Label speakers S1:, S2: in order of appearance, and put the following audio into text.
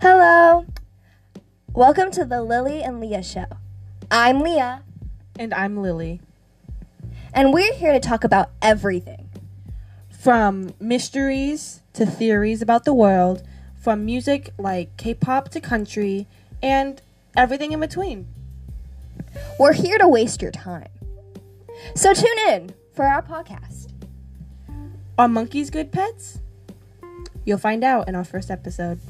S1: Hello. Welcome to the Lily and Leah Show. I'm Leah,
S2: And I'm Lily.
S1: and we're here to talk about everything.
S2: From mysteries to theories about the world, from music like K pop to country, and everything in between.
S1: We're here to waste your time. So tune in for our podcast.
S2: Are monkeys good pets? You'll find out in our first episode.